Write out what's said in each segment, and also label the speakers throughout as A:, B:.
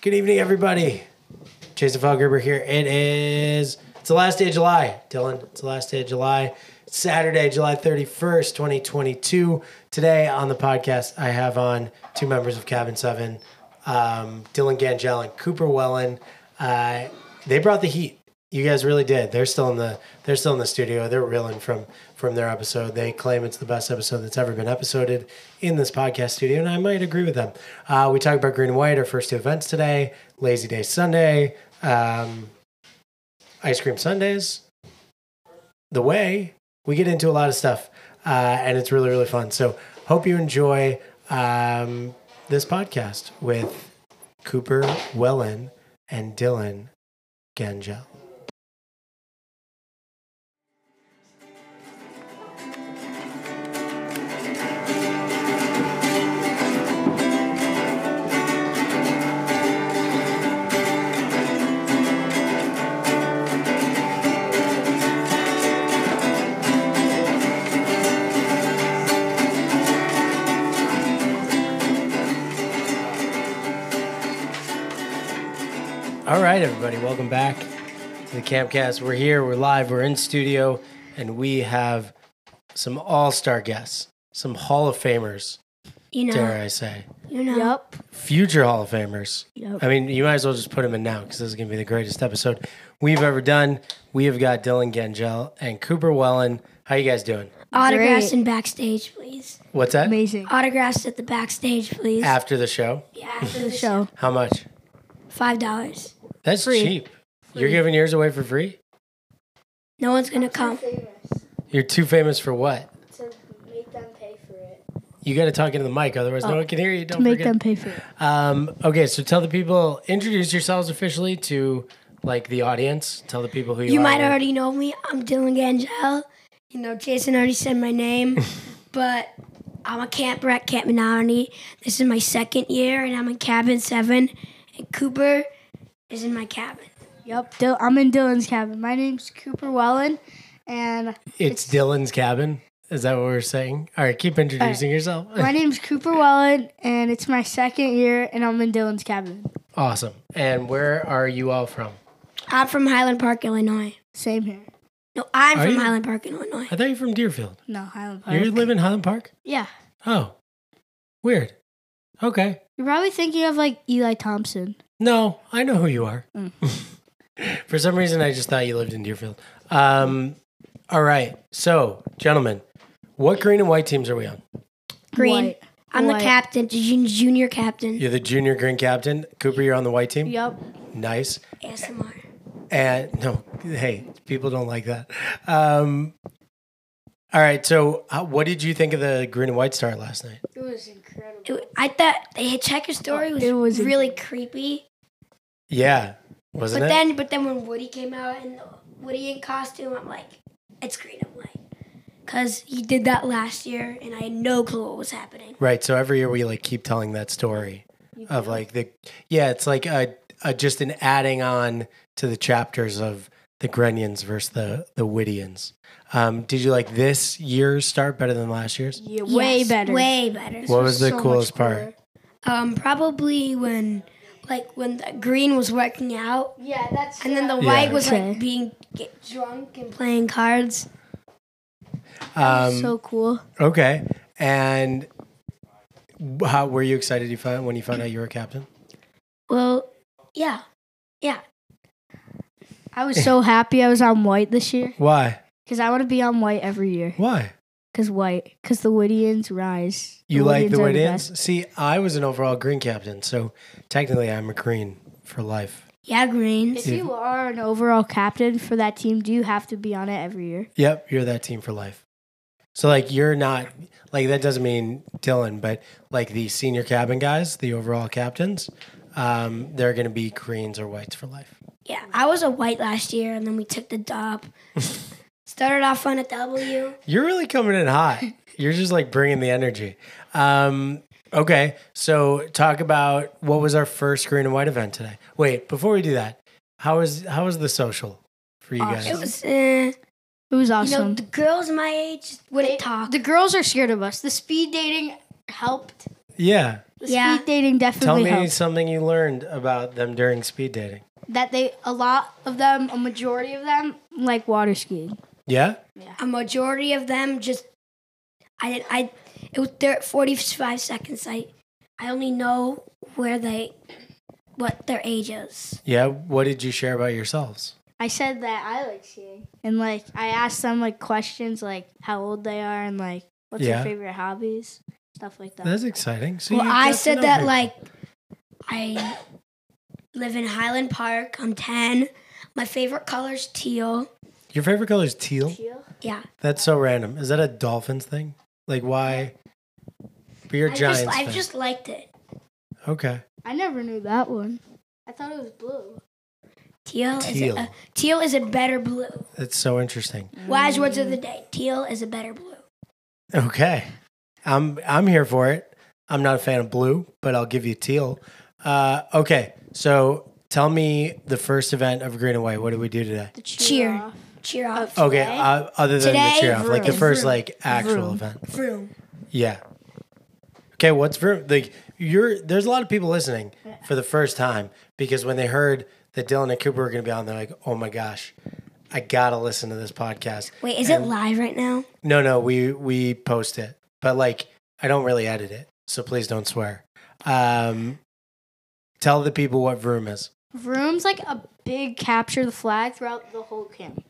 A: Good evening, everybody. Jason Felgerber here. It is it's the last day of July, Dylan. It's the last day of July. It's Saturday, July 31st, 2022. Today on the podcast, I have on two members of Cabin 7, um, Dylan Gangel and Cooper Wellen. Uh, they brought the heat. You guys really did. They're still in the they're still in the studio. They're reeling from from their episode. They claim it's the best episode that's ever been episoded in this podcast studio, and I might agree with them. Uh, we talked about green and white, our first two events today, Lazy Day Sunday, um, ice cream sundays the way we get into a lot of stuff uh, and it's really really fun so hope you enjoy um, this podcast with cooper wellen and dylan gangel all right everybody welcome back to the campcast we're here we're live we're in studio and we have some all-star guests some hall of famers
B: You know.
A: dare i say
B: You know.
C: Yep.
A: future Hall of Famers.
C: Yep.
A: I mean, you might as well just put him in now because this is going to be the greatest episode we've ever done. We have got Dylan Gengel and Cooper Wellen. How you guys doing?
B: Autographs
C: Great.
B: and backstage, please.
A: What's that?
C: Amazing.
B: Autographs at the backstage, please.
A: After the show?
B: yeah, after the show.
C: Show.
A: How much?
B: Five dollars.
A: That's
C: Free.
A: cheap. You're giving yours away for free?
B: No one's gonna come.
A: You're too famous for what?
D: to make them pay for it.
A: You got to talk into the mic, otherwise no one can hear you. Don't
C: Make
A: forget.
C: them pay for it.
A: Um, okay, so tell the people. Introduce yourselves officially to like the audience. Tell the people who you,
B: You
A: are.
B: might already know me. I'm Dylan Gangel. You know, Jason already said my name, but I'm a camper at Camp Menominee. This is my second year, and I'm in cabin seven. And Cooper is in my cabin.
C: Yep. Dil- I'm in Dylan's cabin. My name's Cooper Wellen, and
A: It's Dylan's cabin. Is that what we're saying? All right, keep introducing yourself.
C: my name's Cooper Wellen, and it's my second year, and I'm in Dylan's cabin.
A: Awesome. And where are you all from?
B: I'm from Highland Park, Illinois.
C: Same here.
B: No, I'm
A: Are
B: from
A: you?
B: Highland Park, Illinois.
A: I thought you were from Deerfield.
C: No, Highland Park.
A: You live in Highland Park?
C: yeah.
A: Oh, weird. Okay.
C: You're probably thinking of like Eli Thompson.
A: No, I know who you are.
C: Mm.
A: For some reason, I just thought you lived in Deerfield. Um, all right. So, gentlemen, what green and white teams are we on?
B: Green.
C: White.
B: I'm
C: White.
B: the captain, jun- junior captain.
A: You're the junior green captain. Cooper, you're on the white team.
C: Yep.
A: Nice.
B: ASMR.
A: And no, hey, people don't like that. Um, all right. So, uh, what did you think of the green and white start last night?
D: It was incredible.
B: It- I thought the hitchhiker story was,
C: Oh, It was-
B: really creepy.
A: Yeah, wasn't
B: But
A: it?
B: then, but then when Woody came out in Woody in costume, I'm like, it's Green and White, because he did that last year, and I had no clue what was happening.
A: right. So every year we like keep telling that story of like the yeah, it's like a, a just an adding on to the chapters of the Grenians versus the the Whittians. Um, did you like this year's start better than last year's?
C: Yeah, way
B: Yes,
C: better.
B: Way better.
A: What was the
C: so much
A: coolest
C: cooler.
A: part?
B: Um, probably when, like when the green was working out,
D: Yeah, that's.
B: and then the
A: Yeah.
B: white was
C: Okay.
B: like being get drunk and playing cards.
A: Um,
C: so cool.
A: okay, and how were you excited you found when you found out you were captain?
B: Well, yeah, yeah.
C: I was so happy I was on white this year
A: Why?
C: because I want to be on white every year.
A: Why?
C: Because white. Because the Whittians rise.
A: You like the
C: are
A: Whittians?
C: best.
A: See, I was an overall green captain, so technically I'm a green for life.
B: Yeah, green.
C: If you are an overall captain for that team, do you have to be on it every year?
A: Yep, you're that team for life. So like you're not like that doesn't mean Dylan, but like the senior cabin guys, the overall captains, um, they're gonna be greens or whites for life.
B: Yeah, I was a white last year, and then we took the dub. Started off on a W.
A: You're really coming in hot. You're just like bringing the energy. Um, okay, so talk about what was our first green and white event today. Wait, before we do that, how is how was the social for you
B: It
A: guys?
B: was, uh,
C: It was
B: you know,
C: awesome.
B: the girls my age wouldn't talk.
C: the girls are scared of us. The speed dating helped.
A: Yeah,
C: The
B: Yeah.
C: speed dating
A: Tell
C: definitely
A: me
C: helps.
A: something you learned about them during speed dating.
C: That they, a lot of them, a majority of them, like water skiing.
A: Yeah?
B: A majority of them just I did I it was thir- 45 seconds. I I only know where they what their age is.
A: Yeah. What did you share about yourselves?
C: I said that I like skiing, and like I asked them like questions like how old they are and like what's
A: Yeah.
C: their favorite hobbies, stuff like that.
A: That's exciting. So
B: well,
A: you
B: I
A: got to
B: said
A: know
B: that
A: people.
B: like I live in Highland Park. I'm 10. My favorite color is teal.
A: your favorite color is teal.
B: Yeah.
A: That's so random. Is that a dolphins thing? Like why? But you're
B: I
A: Giants.
B: just I've
A: fan.
B: just liked it.
A: okay.
C: I never knew that one. I thought it was blue.
B: Teal,
A: Teal.
B: Is a, uh, teal is a better blue.
A: That's so interesting.
B: Wise words of the day. Teal is a better blue.
A: Okay. I'm I'm here for it. I'm not a fan of blue, but I'll give you teal. Uh, okay. So tell me the first event of Green and White. What did we do today?
C: The
B: Cheer.
C: off.
B: Cheer off.
A: Okay. Uh, other than
B: Today,
A: the cheer off, like the
B: vroom.
A: first like actual
C: Vroom.
A: event.
B: Vroom.
A: Yeah. Okay, what's for like you're there's a lot of people listening for the first time because when they heard that Dylan and Cooper were gonna be on, they're like, Oh my gosh, I gotta listen to this podcast.
B: Wait, is it
A: And-
B: live right now?
A: No, no, we we post it. But like I don't really edit it, so please don't swear. Um tell the people what Vroom is.
C: Vroom's like a big capture the flag throughout the whole camp.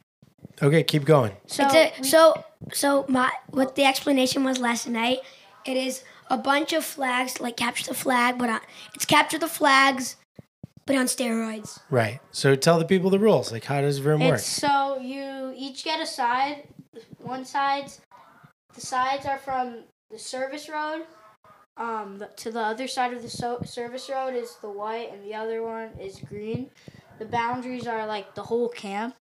A: Okay, keep going.
C: So,
B: it's a,
C: we-
B: so so my what the explanation was last night. It is a bunch of flags like capture the flag, but on, it's capture the flags, but on steroids.
A: Right. So tell the people the rules. Like how does Vroom work?
C: it's so you each get a side. One side's the sides are from the service road. Um, the, to the other side of the so- service road is the white, and the other one is green. The boundaries are like the whole camp.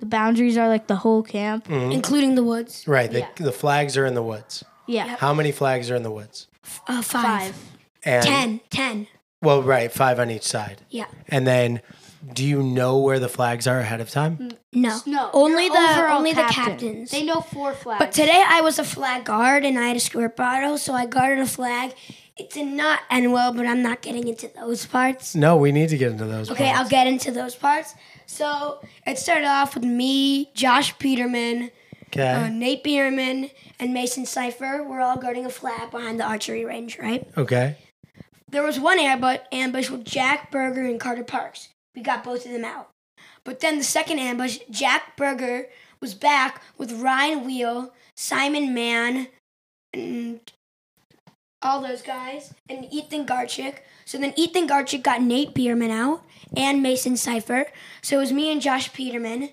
C: The boundaries are like the whole camp.
B: Mm.
A: Mhm.
B: including the woods.
A: Right. The,
C: yeah.
A: the flags are in the woods.
C: Yeah,
A: How many flags are in the woods?
B: Uh, five.
C: five.
A: And
B: Ten. Ten.
A: Well, right, five on each side.
B: Yeah.
A: And then, do you know where the flags are ahead of time?
B: No.
C: No,
B: Only
C: you're
B: the
C: overall
B: only the
C: captain.
B: captains.
C: They know four flags.
B: But today I was a flag guard and I had a squirt bottle, so I guarded a flag. It did not end well, but I'm not getting into those parts.
A: No, we need to get into those.
B: Okay,
A: parts.
B: I'll get into those parts. So it started off with me, Josh Peterman,
A: Okay.
B: uh, Nate Bierman, and Mason Cipher. We're all guarding a flag behind the archery range, right?
A: okay.
B: There was one ambush, ambush with Jack Berger and Carter Parks. We got both of them out. But then the second ambush, Jack Berger was back with Ryan Wheel, Simon Mann, and all those guys, and Ethan Garchik. So then Ethan Garchik got Nate Bierman out and Mason Cipher. So it was me and Josh Peterman.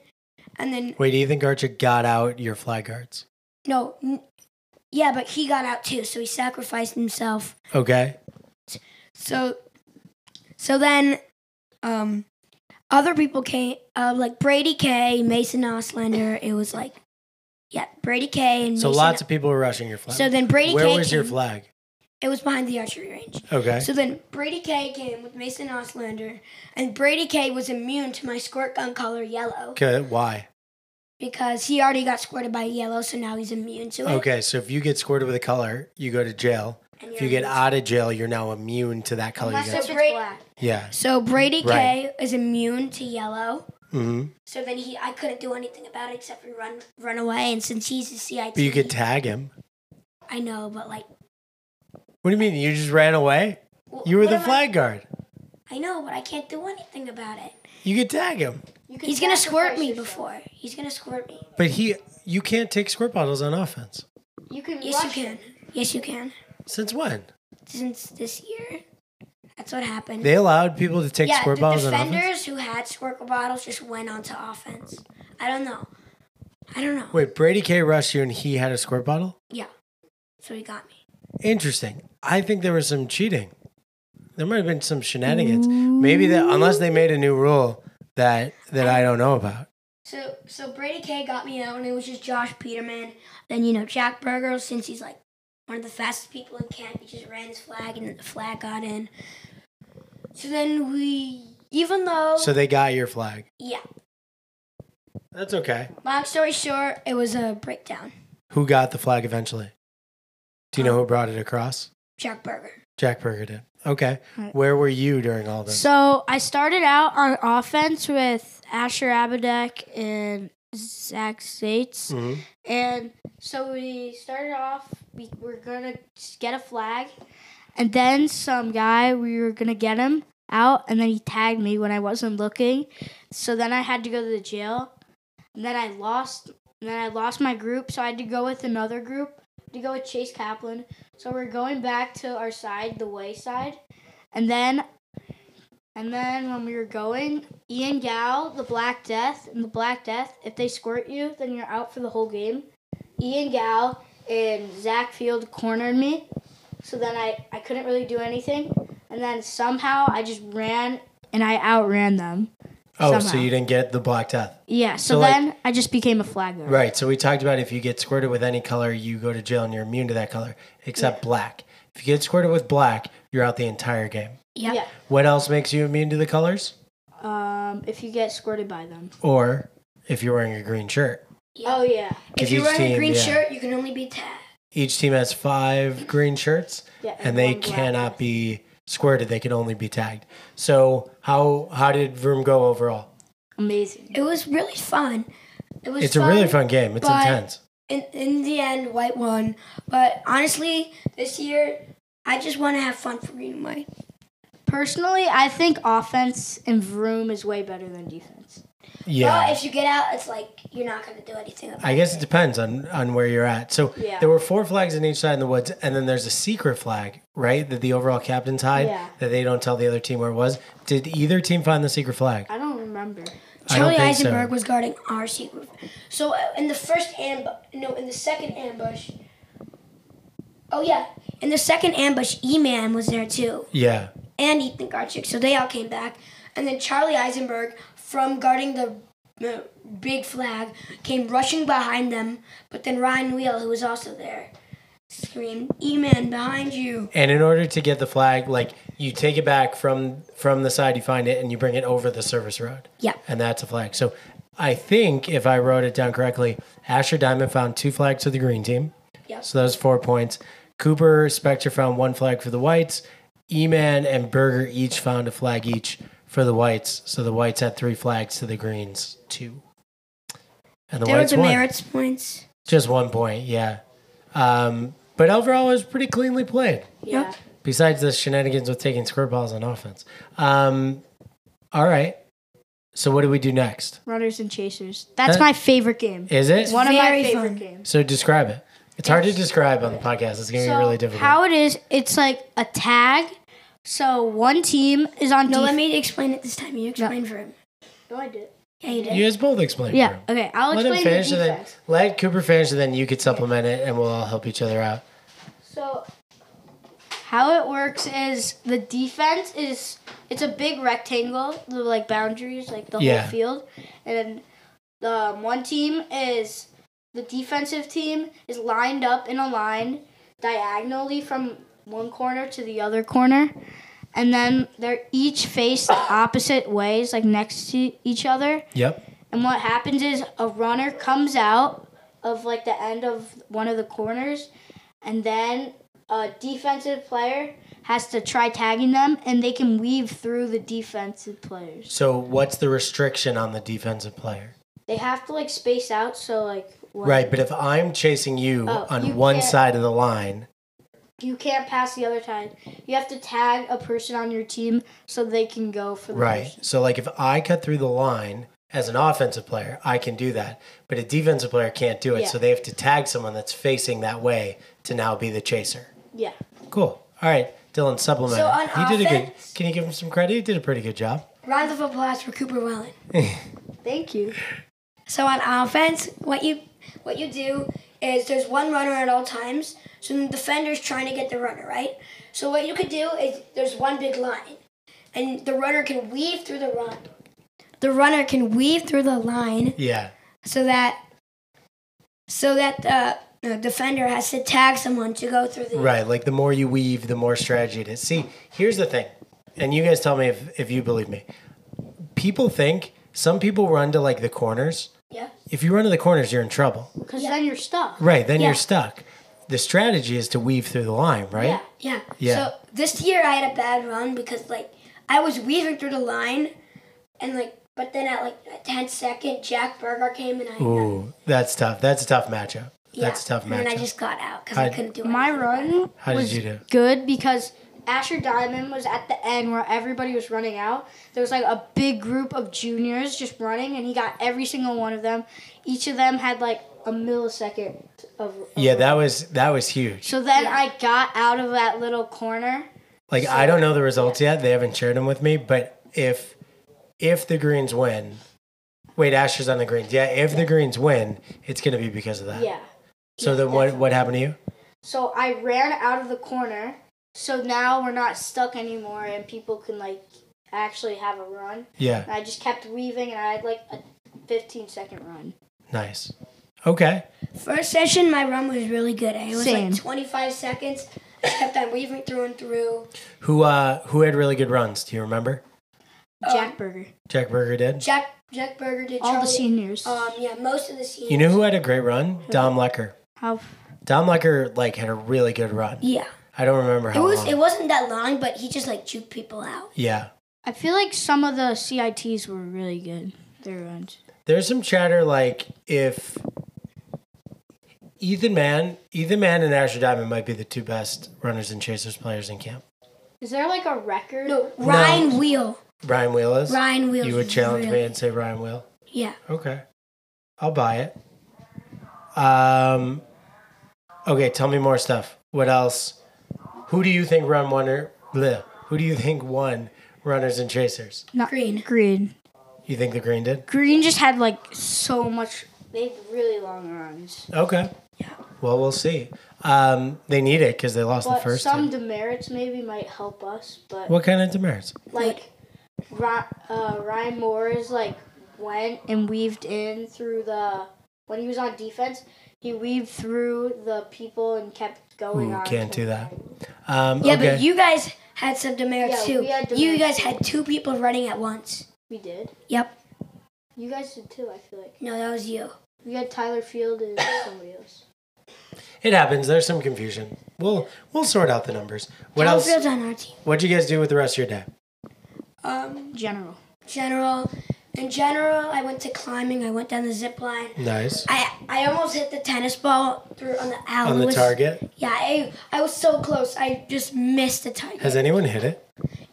B: And then,
A: Wait, do you think Archer got out your flag guards?
B: no, n- yeah, but he got out too, so he sacrificed himself.
A: Okay.
B: So, so then, um, other people came, uh, like Brady K, Mason Oslander. It was like, yeah, Brady K and
A: So
B: Mason-
A: lots of people were rushing your flag.
B: Mm, So then Brady
A: where
B: K.
A: was your
B: came-
A: flag?
B: It was behind the archery range.
A: Okay.
B: So then Brady K came with Mason Oslander, and Brady K was immune to my squirt gun color yellow
A: okay. Why?
B: because he already got squirted by yellow, so now he's immune to it.
A: Okay. So if you get squirted with a color, you go to jail.
B: And
A: If
B: you're
A: you get
B: immune.
A: out of jail, you're now immune to that color. You
C: Unless
A: got.
C: it's
B: Great.
C: black.
A: Yeah.
B: so Brady
A: Right.
B: K is immune to yellow.
A: hmm
B: So then he, I couldn't do anything about it except for run, run away. And since he's a CIT,
A: But you could tag him.
B: I know, but like
A: What do you mean? You just ran away?
B: wh-
A: You were
B: what
A: the
B: am I-
A: flag guard.
B: I, know, but I can't do anything about it.
A: You could tag him.
C: You can
B: He's gonna
C: sacrifice
B: squirt me
C: yourself.
B: before. He's gonna squirt me.
A: But he, you can't take squirt bottles on offense.
C: You can.
B: Yes, you
C: rush
B: can.
C: him.
B: Yes, you can.
A: Since when?
B: Since this year, that's what happened.
A: They allowed people to take
B: yeah,
A: squirt
B: the
A: bottles on offense.
B: defenders who had squirt bottles just went on to offense. I don't know. I don't know.
A: Wait, Brady K rushed you and he had a squirt bottle?
B: Yeah, so he got me.
A: Interesting. I think there was some cheating. There might have been some shenanigans. Maybe that unless they made a new rule that that I don't know about.
B: So so Brady K got me out, and it was just Josh Peterman. Then you know Jack Berger, since he's like one of the fastest people in camp, he just ran his flag, and the flag got in. So then we, even though
A: So they got your flag.
B: yeah,
A: That's okay.
B: long story short, it was a breakdown.
A: Who got the flag eventually? Do you know who brought it across?
B: Jack Burger.
A: Jack Berger did. Okay.
C: Right.
A: Where were you during all this?
C: So I started out on offense with Asher Abadek and Zach Zates.
A: Mhm.
C: And so we started off, we were going to get a flag. And then some guy, we were going to get him out. And then he tagged me when I wasn't looking. So then I had to go to the jail. And then I lost. And then I lost my group, so I had to go with another group to go with Chase Kaplan. So we're going back to our side, the way side. And then and then when we were going, Ian Gal, the Black Death, and the Black Death, if they squirt you, then you're out for the whole game. Ian Gal and Zach Field cornered me. So then I, I couldn't really do anything. And then somehow I just ran and I outran them.
A: oh, so
C: somehow.
A: you didn't get the Black Death.
C: Yeah, so,
A: So, like-
C: then I just became a flag bearer.
A: Right. So we talked about if you get squirted with any color, you go to jail and you're immune to that color, except black. If you get squirted with black, you're out the entire game.
B: Yep.
C: Yeah.
A: What else makes you immune to the colors?
C: Um, if you get squirted by them.
A: Or if you're wearing a green shirt.
C: Oh, yeah.
B: If
A: If
B: you're
A: each
B: wearing
A: team-
B: a green
A: yeah.
B: shirt, you can only be tagged.
A: Each team has five green shirts,
C: Yeah.
A: and they
C: one black
A: cannot be squirted. They can only be tagged. So how how did Vroom go overall?
C: one. Amazing.
B: It was really fun. It was
A: It's a really fun game. It's
B: but-
A: intense.
B: in, in the end, white won. But honestly, this year, I just want to have fun for green and white.
C: Personally, I think offense and Vroom is way better than defense.
A: Yeah.
B: But if you get out, it's like you're not going to do anything about
A: I guess it depends on on where you're at. So
C: Yeah.
A: there were four flags on each side in the woods, and then there's a secret flag, right? That the overall captain's hide
C: Yeah.
A: that they don't tell the other team where it was. Did either team find the secret flag?
C: I don't remember.
B: it.
A: I don't
B: Charlie
A: think so.
B: Eisenberg was guarding our secret. So uh, in the first ambush, no, in the second ambush. Oh yeah, in the second ambush, E-Man was there too,
A: Yeah,
B: and Ethan Garchik. So they all came back, and then Charlie Eisenberg, from guarding the uh, big flag, came rushing behind them. But then Ryan Wheel, who was also there, screamed, "E-Man, behind you!"
A: and in order to get the flag, like you take it back from from the side you find it, and you bring it over the service road.
B: Yeah.
A: and that's a flag. So I think if I wrote it down correctly, Asher Diamond found two flags for the green team.
B: Yep.
A: So those four points. Cooper Spectre found one flag for the whites. E-Man and Berger each found a flag each for the whites. So the whites had three flags to the greens two. And the
B: There were
A: whites won.
B: demerits points.
A: Just one point, yeah. Um, but overall, it was pretty cleanly played.
C: Yeah.
A: Besides the shenanigans with taking squirt balls on offense. Um, all right. So what do we do next?
C: Runners and Chasers. That's
A: That-
C: my favorite game.
A: Is it?
C: One of
B: very
C: my favorite
B: fun.
C: games.
A: So describe it. It's hard to describe on the podcast. It's going to be really difficult.
C: how it is, it's like a tag. So one team is on
B: No,
C: def-
B: let me explain it this time. You explain for him.
C: No, I did.
B: Yeah, you did.
A: you guys both explain. it for
C: Yeah.
A: him.
C: Okay, I'll
A: Let him
C: explain the
A: finish, and then
C: defense.
A: let Cooper finish, and then you could supplement it, and we'll all help each other out.
C: So how it works is the defense is it's a big rectangle, the like boundaries, like the
A: Yeah.
C: whole field, and the um, one team is the defensive team is lined up in a line diagonally from one corner to the other corner, and then they're each faced opposite ways, like next to each other,
A: Yep.
C: and what happens is a runner comes out of like the end of one of the corners, and then a defensive player has to try tagging them, and they can weave through the defensive players.
A: So what's the restriction on the defensive player?
C: They have to like space out, so like when
A: Right, but if I'm chasing you
C: Oh,
A: on
C: you
A: one
C: can't-
A: side of the line,
C: you can't pass the other tag. You have to tag a person on your team so they can go for the
A: right.
C: person.
A: So like if I cut through the line as an offensive player, I can do that, but a defensive player can't do it.
C: Yeah.
A: So they have to tag someone that's facing that way to now be the chaser.
C: Yeah.
A: Cool. All right, Dylan, supplement.
B: So
A: it.
B: on
A: he did a good.
B: offense-
A: Can you give him some credit? He did a pretty good job.
B: Round of applause for Cooper Wellen.
C: Thank you.
B: So on offense, what you what you do is there's one runner at all times. So the defender's trying to get the runner, right? So what you could do is there's one big line, and the runner can weave through the run. The runner can weave through the line
A: Yeah.
B: so that so that the, the defender has to tag someone to go through the
A: Right. Like the more you weave, the more strategy it is. See, here's the thing, and you guys tell me if if you believe me. People think some people run to like the corners.
B: Yeah.
A: If you run to the corners, you're in trouble.
C: Because then you're stuck.
A: Right. Then
B: Yeah.
A: you're stuck. the strategy is to weave through the line, right?
B: Yeah.
A: Yeah.
B: So this year I had a bad run because like I was weaving through the line, and like but then at like a 10 second Jack Berger came and I
A: Ooh, that's tough. That's a tough matchup.
B: yeah.
A: That's a tough
B: And then I
A: matchup.
B: just got out because I,
A: I-
B: couldn't do it.
C: My run
A: How did
C: was
A: you do?
C: good because Asher Diamond was at the end where everybody was running out. There was like a big group of juniors just running, and he got every single one of them. Each of them had like a millisecond of. of
A: Yeah, that was that was huge.
C: So then I got out of that little corner.
A: Like I don't know the results yet. They haven't shared them with me, but if if the Greens win, wait, Asher's on the Greens. Yeah, if the Greens win, it's gonna be because of that.
C: Yeah.
A: So then what what happened to you?
C: So I ran out of the corner. So now we're not stuck anymore, and people can like actually have a run.
A: Yeah.
C: And I just kept weaving, and I had like a 15 second run.
A: Nice. Okay.
B: First session, my run was really good. eh? It was
C: Same.
B: like 25 seconds. I kept on weaving through and through.
A: Who uh who had really good runs? Do you remember?
C: Jack Burger.
A: Jack Berger did.
B: Jack Jack Berger did
C: All the
B: Charlie-
C: seniors.
B: Um, yeah, most of the seniors.
A: You know who had a great run? Dom Lecker.
C: How
A: Dom Lecker like had a really good run.
B: Yeah,
A: I don't remember
B: it
A: how
B: was.
A: long.
B: It wasn't that long, but he just like juked people out.
A: yeah.
C: I feel like some of the CITs were really good. Their runs.
A: There's some chatter like if Ethan Mann, Ethan Mann and Asher Diamond might be the two best runners and chasers players in camp.
C: Is there like a record?
B: No, Ryan Wheel.
A: Ryan Wheel is.
B: Ryan Wheel.
A: you would challenge me and say Ryan Wheel.
B: Yeah.
A: Okay. I'll buy it. Um Okay, tell me more stuff. What else? Who do you think run winner bleh, who do you think won runners and chasers?
C: Not
B: Green.
C: Green.
A: You think the green did?
C: Green just had like so much. They had really long runs.
A: Okay. Yeah. Well, we'll see. Um, they need it because they lost
C: But
A: the first.
C: some
A: two.
C: demerits maybe might help us. But
A: What kind of demerits?
C: like, Ry- uh, Ryan Moore's like went and weaved in through the when he was on defense. He weaved through the people and kept going.
A: Ooh,
C: on
A: can't
C: to-
A: do that. Um,
B: Yeah,
A: okay.
B: but you guys had some demerits
C: Yeah,
B: too.
C: we had
B: You
C: demerits,
B: guys had two people running at once.
C: We did.
B: Yep.
C: You guys did too. I feel like
B: No, that was you.
C: we had Tyler Field and somebody else.
A: it happens. There's some confusion. We'll we'll sort out the numbers. What
B: Tyler
A: else?
B: Field's on our team.
A: What'd you guys do with the rest of your day?
B: Um,
C: General.
B: general. In general, I went to climbing. I went down the zip line.
A: Nice
B: I I almost hit the tennis ball through on the alley.
A: on
B: It
A: the
B: was-
A: target.
B: Yeah, I I was so close. I just missed the target.
A: Has anyone hit it?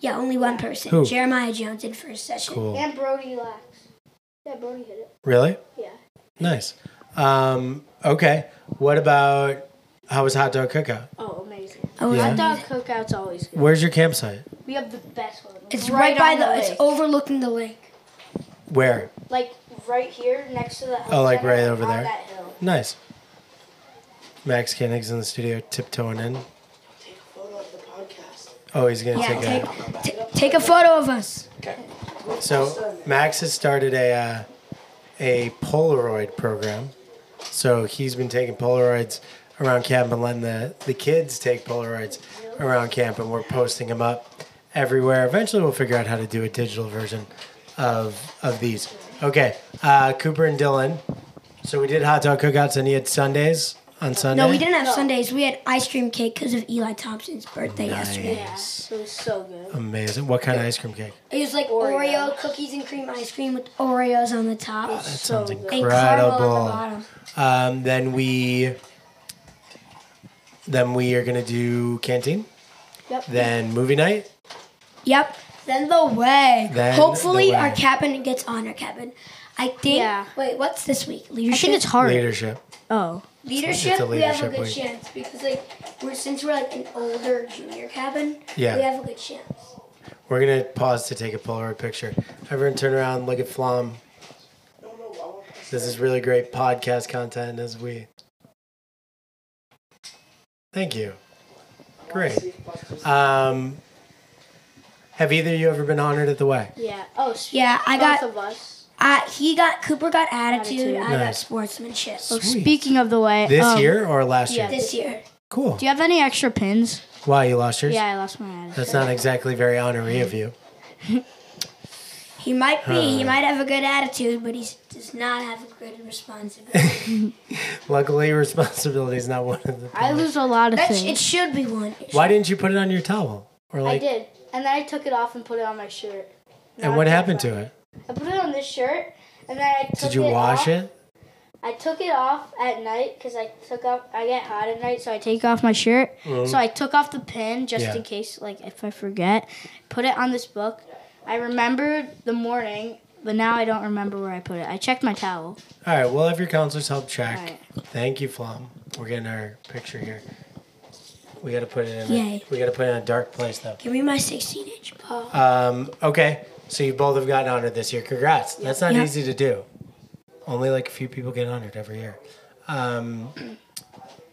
B: yeah, only one person.
A: Who?
B: Jeremiah Jones did first session.
A: Cool.
C: And Brody Lax. Yeah, Brody hit it.
A: Really?
C: Yeah.
A: Nice. Um, okay. What about how was hot dog cookout?
C: Oh, amazing.
B: Oh,
A: Yeah.
C: Hot dog cookout's always good.
A: Where's your campsite?
C: We have the best one.
B: It's right, by
C: on
B: the.
C: lake.
B: it's overlooking the lake.
A: Where?
C: like right here next to the. health
A: Oh, like
C: center
A: right over
C: on
A: there?
C: That hill.
A: Nice. Max Koenig's in the studio tiptoeing in. Oh, he's gonna
B: Yeah,
A: take a.
B: take, t- take a photo of us.
A: So Max has started a uh, a Polaroid program. So he's been taking Polaroids around camp and letting the, the kids take Polaroids around camp, and we're posting them up everywhere. Eventually, we'll figure out how to do a digital version of of these. Okay, uh, Cooper and Dylan. So we did hot dog cookouts, and he had Sundays on Sunday.
B: No, we didn't have Sundays. We had ice cream cake because of Eli Thompson's birthday yesterday.
C: Yeah,
A: Nice.
C: it was so
A: Um,
C: good.
A: Amazing. What kind of ice cream cake?
B: It was like Oreo. cookies and cream ice cream with Oreos on the top
A: Sounds
B: and caramel on the
A: incredible.
B: bottom.
A: Um, then we then we are gonna do canteen.
C: Yep.
A: Then movie night.
B: Yep. Then the way.
A: Then
B: Hopefully,
A: the way.
B: our cabin gets honor cabin. I think.
C: Yeah.
B: Wait, what's this week?
C: I
B: Leadership.
C: think it's hard.
A: Leadership.
C: Oh.
B: leadership,
A: It's a
B: we have a
A: leadership
B: good
A: week.
B: chance because like we're since we're like an older junior cabin,
A: Yeah.
B: we have a good chance.
A: We're gonna pause to take a Polaroid picture. Everyone turn around, look at Flom. This is really great podcast content as we Thank you. Great. Um, have either of you ever been honored at the way?
C: Yeah. Oh. s-
B: Yeah, I
C: both
B: got-
C: of us.
B: Uh, he got Cooper got attitude,
C: Attitude.
B: I got
A: Nice.
B: sportsmanship
C: Oh,
A: Sweet.
C: speaking of the way.
A: This
C: um,
A: year or last
C: yeah.
A: year?
B: this year.
A: Cool.
C: Do you have any extra pins?
A: Wow, you lost yours?
C: Yeah, I lost my attitude.
A: That's not exactly very honorary of you.
B: He might be, he might have a good attitude, but he's does not have a great responsibility.
A: Luckily, responsibility is not one of the.
C: I lose a lot of
B: That's, it
C: things.
B: should be one.
A: Why didn't you put it on your towel? Or
C: I
A: like,
C: did, and then I took it off and put it on my shirt. Now
A: and what
C: I can't
A: happened
C: find
A: to it?
C: I put it on this shirt, and then I took
A: Did you
C: it
A: wash
C: off.
A: it?
C: I took it off at night because I took off. I get hot at night, so I take off my shirt. So I took off the pin just
A: Mm-hmm. Yeah.
C: in case, like if I forget. Put it on this book. I remembered the morning, but now I don't remember where I put it. I checked my towel.
A: All right. We'll have your counselors help track.
C: All right.
A: Thank you, Flom. We're getting our picture here. We got to put it in.
B: Yay.
A: A, we got to put it in a dark place though.
B: Give me my 16 inch paw.
A: Um, okay, so you both have gotten honored this year. Congrats. That's not
B: Yeah.
A: easy to do. Only like a few people get honored every year. Um,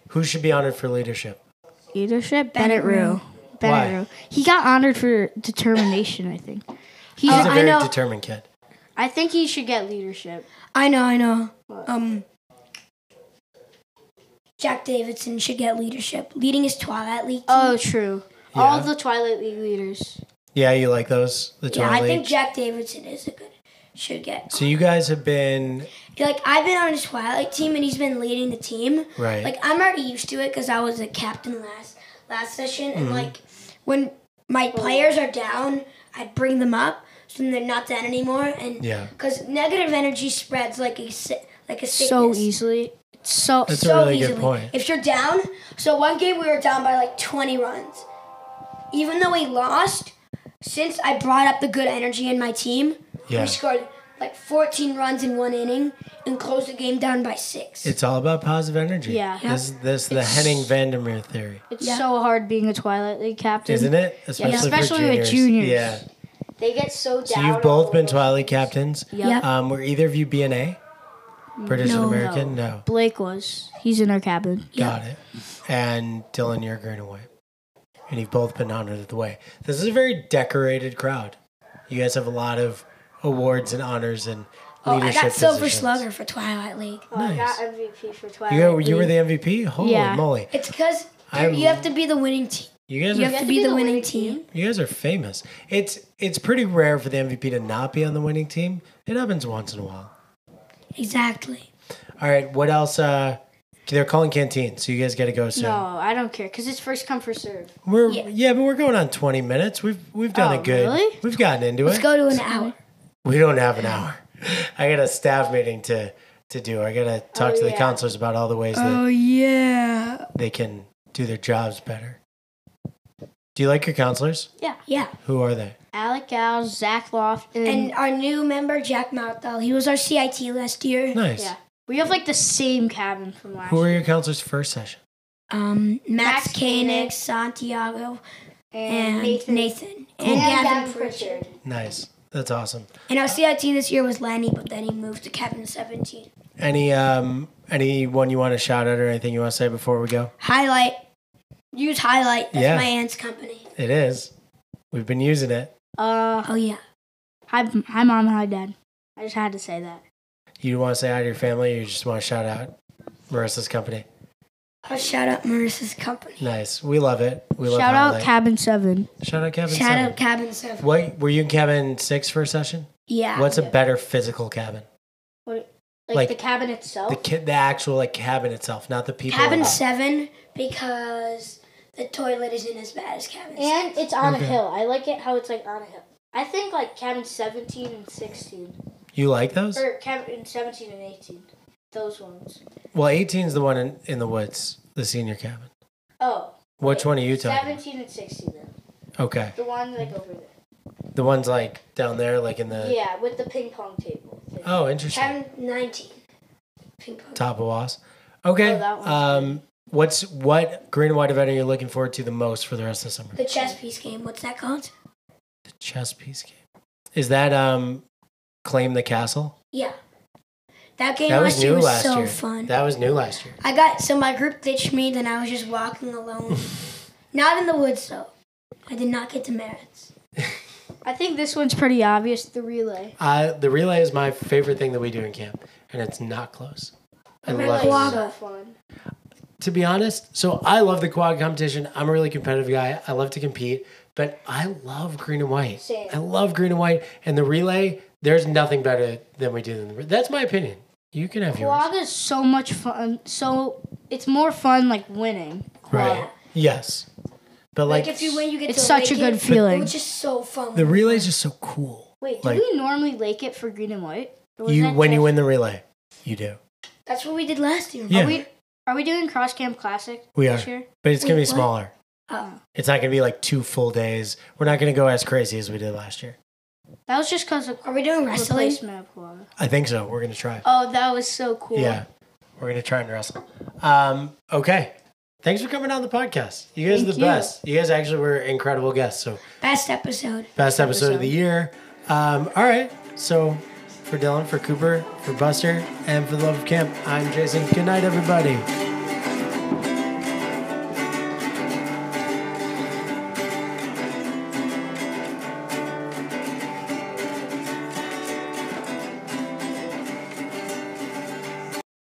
A: who should be honored for leadership?
C: Leadership.
B: Bennett Rue.
A: Why?
C: Bennett Rue. He got honored for determination. I think. He's.
A: He's a
B: I
A: very
B: know.
A: determined kid.
C: I think he should get leadership.
B: I know, I know. Um, Jack Davidson should get leadership. Leading his Twilight League. team.
C: Oh, true. All
A: Yeah.
C: the Twilight League leaders.
A: Yeah, you like those? The
B: yeah,
A: Twilight
B: I think
A: League?
B: Jack Davidson is a good. Should get
A: so you guys have been
B: like I've been on his Twilight team and he's been leading the team.
A: right.
B: Like I'm already used to it because I was a captain last last session, and
A: Mm-hmm.
B: like when my players are down, I bring them up so they're not down anymore. And
A: Yeah.
B: because negative energy spreads like a si- like a sickness.
C: So easily. So
A: That's
B: so
A: a really
B: easily.
A: good point.
B: If you're down, so one game we were down by like 20 runs. Even though we lost, since I brought up the good energy in my team,
A: Yeah.
B: we scored like 14 runs in one inning and closed the game down by six.
A: It's all about positive energy.
C: Yeah. Yeah.
A: This this the Henning Vandermeer theory,
C: It's
B: Yeah.
C: so hard being a Twilight League captain.
A: isn't it? Especially,
C: Especially with juniors.
A: Yeah.
D: They get so down.
A: So you've both been Twilight captains.
B: Yep.
A: Um, were either of you BNA? British and
B: No.
A: American? no.
C: Blake was. He's in our cabin.
A: Got it. And Dylan, you're green and white. And you've both been honored at the way. This is a very decorated crowd. You guys have a lot of awards and honors and
B: oh, I
A: leadership.
B: got Silver
A: positions.
B: Slugger for Twilight League.
D: Oh, I got
A: Nice.
D: MVP for Twilight.
A: You, were- you were the MVP? Holy
C: Yeah.
A: moly.
B: It's because
A: I'm-
B: you have to be the winning team.
A: You guys
B: You
A: are
B: have to be the winning team.
A: you guys are famous. It's it's pretty rare for the MVP to not be on the winning team. It happens once in a while.
B: Exactly.
A: All right, what else uh they're calling canteen, so you guys got to go soon.
C: No, I don't care because it's first come first serve.
A: We're yeah.
B: Yeah.
A: but we're going on 20 minutes. We've we've done
C: Oh,
A: a good.
C: really?
A: We've gotten into
B: Let's
A: it.
B: go to an hour.
A: We don't have an hour. I got a staff meeting to to do. I got to talk
C: Oh,
A: to the
C: yeah. Uh.
A: counselors about all the ways that
B: Oh, yeah.
A: they can do their jobs better. Do you like your counselors?
B: Yeah.
A: Who are they?
C: Alec Al, Zach Loft, and,
B: And our new member, Jack Mouthell, he was our CIT last year.
A: Nice.
C: yeah, we have like the same cabin from last.
A: Who are
C: year.
A: your counselors first session?
B: um, Max,
C: Max
B: Koenig,
C: Koenig,
B: Santiago, and
C: And,
B: Nathan, and,
A: Cool.
D: And
B: Gavin
D: Gavin
B: Pritchard.
D: Pritchard.
A: Nice. That's awesome.
B: And our CIT this year was Lenny, but then he moved to Captain 17.
A: Any um anyone you want to shout out or anything you want to say before we go?
B: Highlight. Use Highlight. That's
A: Yeah.
B: my aunt's company.
A: It is. We've been using it.
C: uh,
B: Oh, yeah.
C: hi, hi, mom, hi, dad. I just had to say that.
A: You want to say hi to your family or you just want to shout out Marissa's company?
B: I'll shout out Marissa's company.
A: Nice. We love it. We love
C: Shout out
A: Highlight.
C: Cabin Seven.
A: Shout out Kevin.
B: shout
A: Seven.
B: out Cabin 7.
A: What were you in cabin six for a session?
B: Yeah.
A: What's a better physical cabin?
C: Like,
A: Like-
C: the cabin
A: The
C: itself.
A: kid, the actual like cabin itself, not the people.
B: Cabin 7 because the toilet isn't as bad as Cabin 7.
C: and it's on
A: Okay.
C: a hill. I like it how it's like on a hill. I think like cabin seventeen and sixteen,
A: You like those?
C: or cabin seventeen and eighteen, those ones.
A: Well, 18 is the one in, in the woods, the senior cabin.
C: Oh,
A: Which one are you talking? about?
C: seventeen and sixteen then.
A: Okay,
C: The one like over there.
A: the ones like down there, like in the.
C: Yeah, with the ping pong table. thing.
A: Uh, Oh, interesting.
B: Cabin 19. Ping pong.
A: Top of was. Okay.
C: Oh, that one.
A: um, what's what green and white event are you looking forward to the most for the rest of the summer?
B: The chess piece game. What's that called?
A: The chess piece game. Is that um, claim the castle?
B: Yeah. That game
A: That
B: last
A: was
B: year
A: new
B: was
A: last
B: so
A: year.
B: fun.
A: That was new last year.
B: I got so my group ditched me, then I was just walking alone. not in the woods though. I did not get to merits.
C: I think this one's pretty obvious. The relay.
A: Uh, the relay is my favorite thing that we do in camp, and it's not close. I
B: Really?
A: love
B: Wow.
A: it.
C: So fun.
A: To be honest, so I love the quad competition. I'm a really competitive guy. I love to compete, But I love green and white.
D: Same.
A: I love green and white. And the relay, there's nothing better than we do than the re- That's my opinion. You can have yours.
C: Quagga is so much fun. So it's more fun like winning.
A: Right. Yes. But like,
D: Like, if you win, you get
C: It's
D: to
C: such a
D: lick
C: good
D: it,
C: feeling.
D: Which is so fun.
A: the relays are so cool.
C: Wait, do
A: Like-
C: we normally lake it for green and white? Or was
A: You
C: that
A: when you
C: just-
A: win the relay, you do.
D: That's what we did last year.
A: Yeah.
C: Are we are we doing cross camp classic
A: We
C: this
A: are.
C: year?
A: But it's gonna
B: Wait,
A: be
B: what?
A: smaller.
C: Oh.
A: It's not gonna be like two full days. We're not gonna go as crazy as we did last year.
C: That was just because of
B: Are we doing wrestling?
C: replacement of Quagga.
A: I think so. We're gonna try.
C: Oh, that was so cool.
A: Yeah, we're gonna try and wrestle. Um, okay. Thanks for coming on the podcast. You guys are
C: Thank
A: the
C: you.
A: best. You guys actually were incredible guests. So
B: Best episode.
A: best episode of the year. Um, all right. So for Dylan, for Cooper, for Buster, and for the love of camp, I'm Jason. Good night, everybody.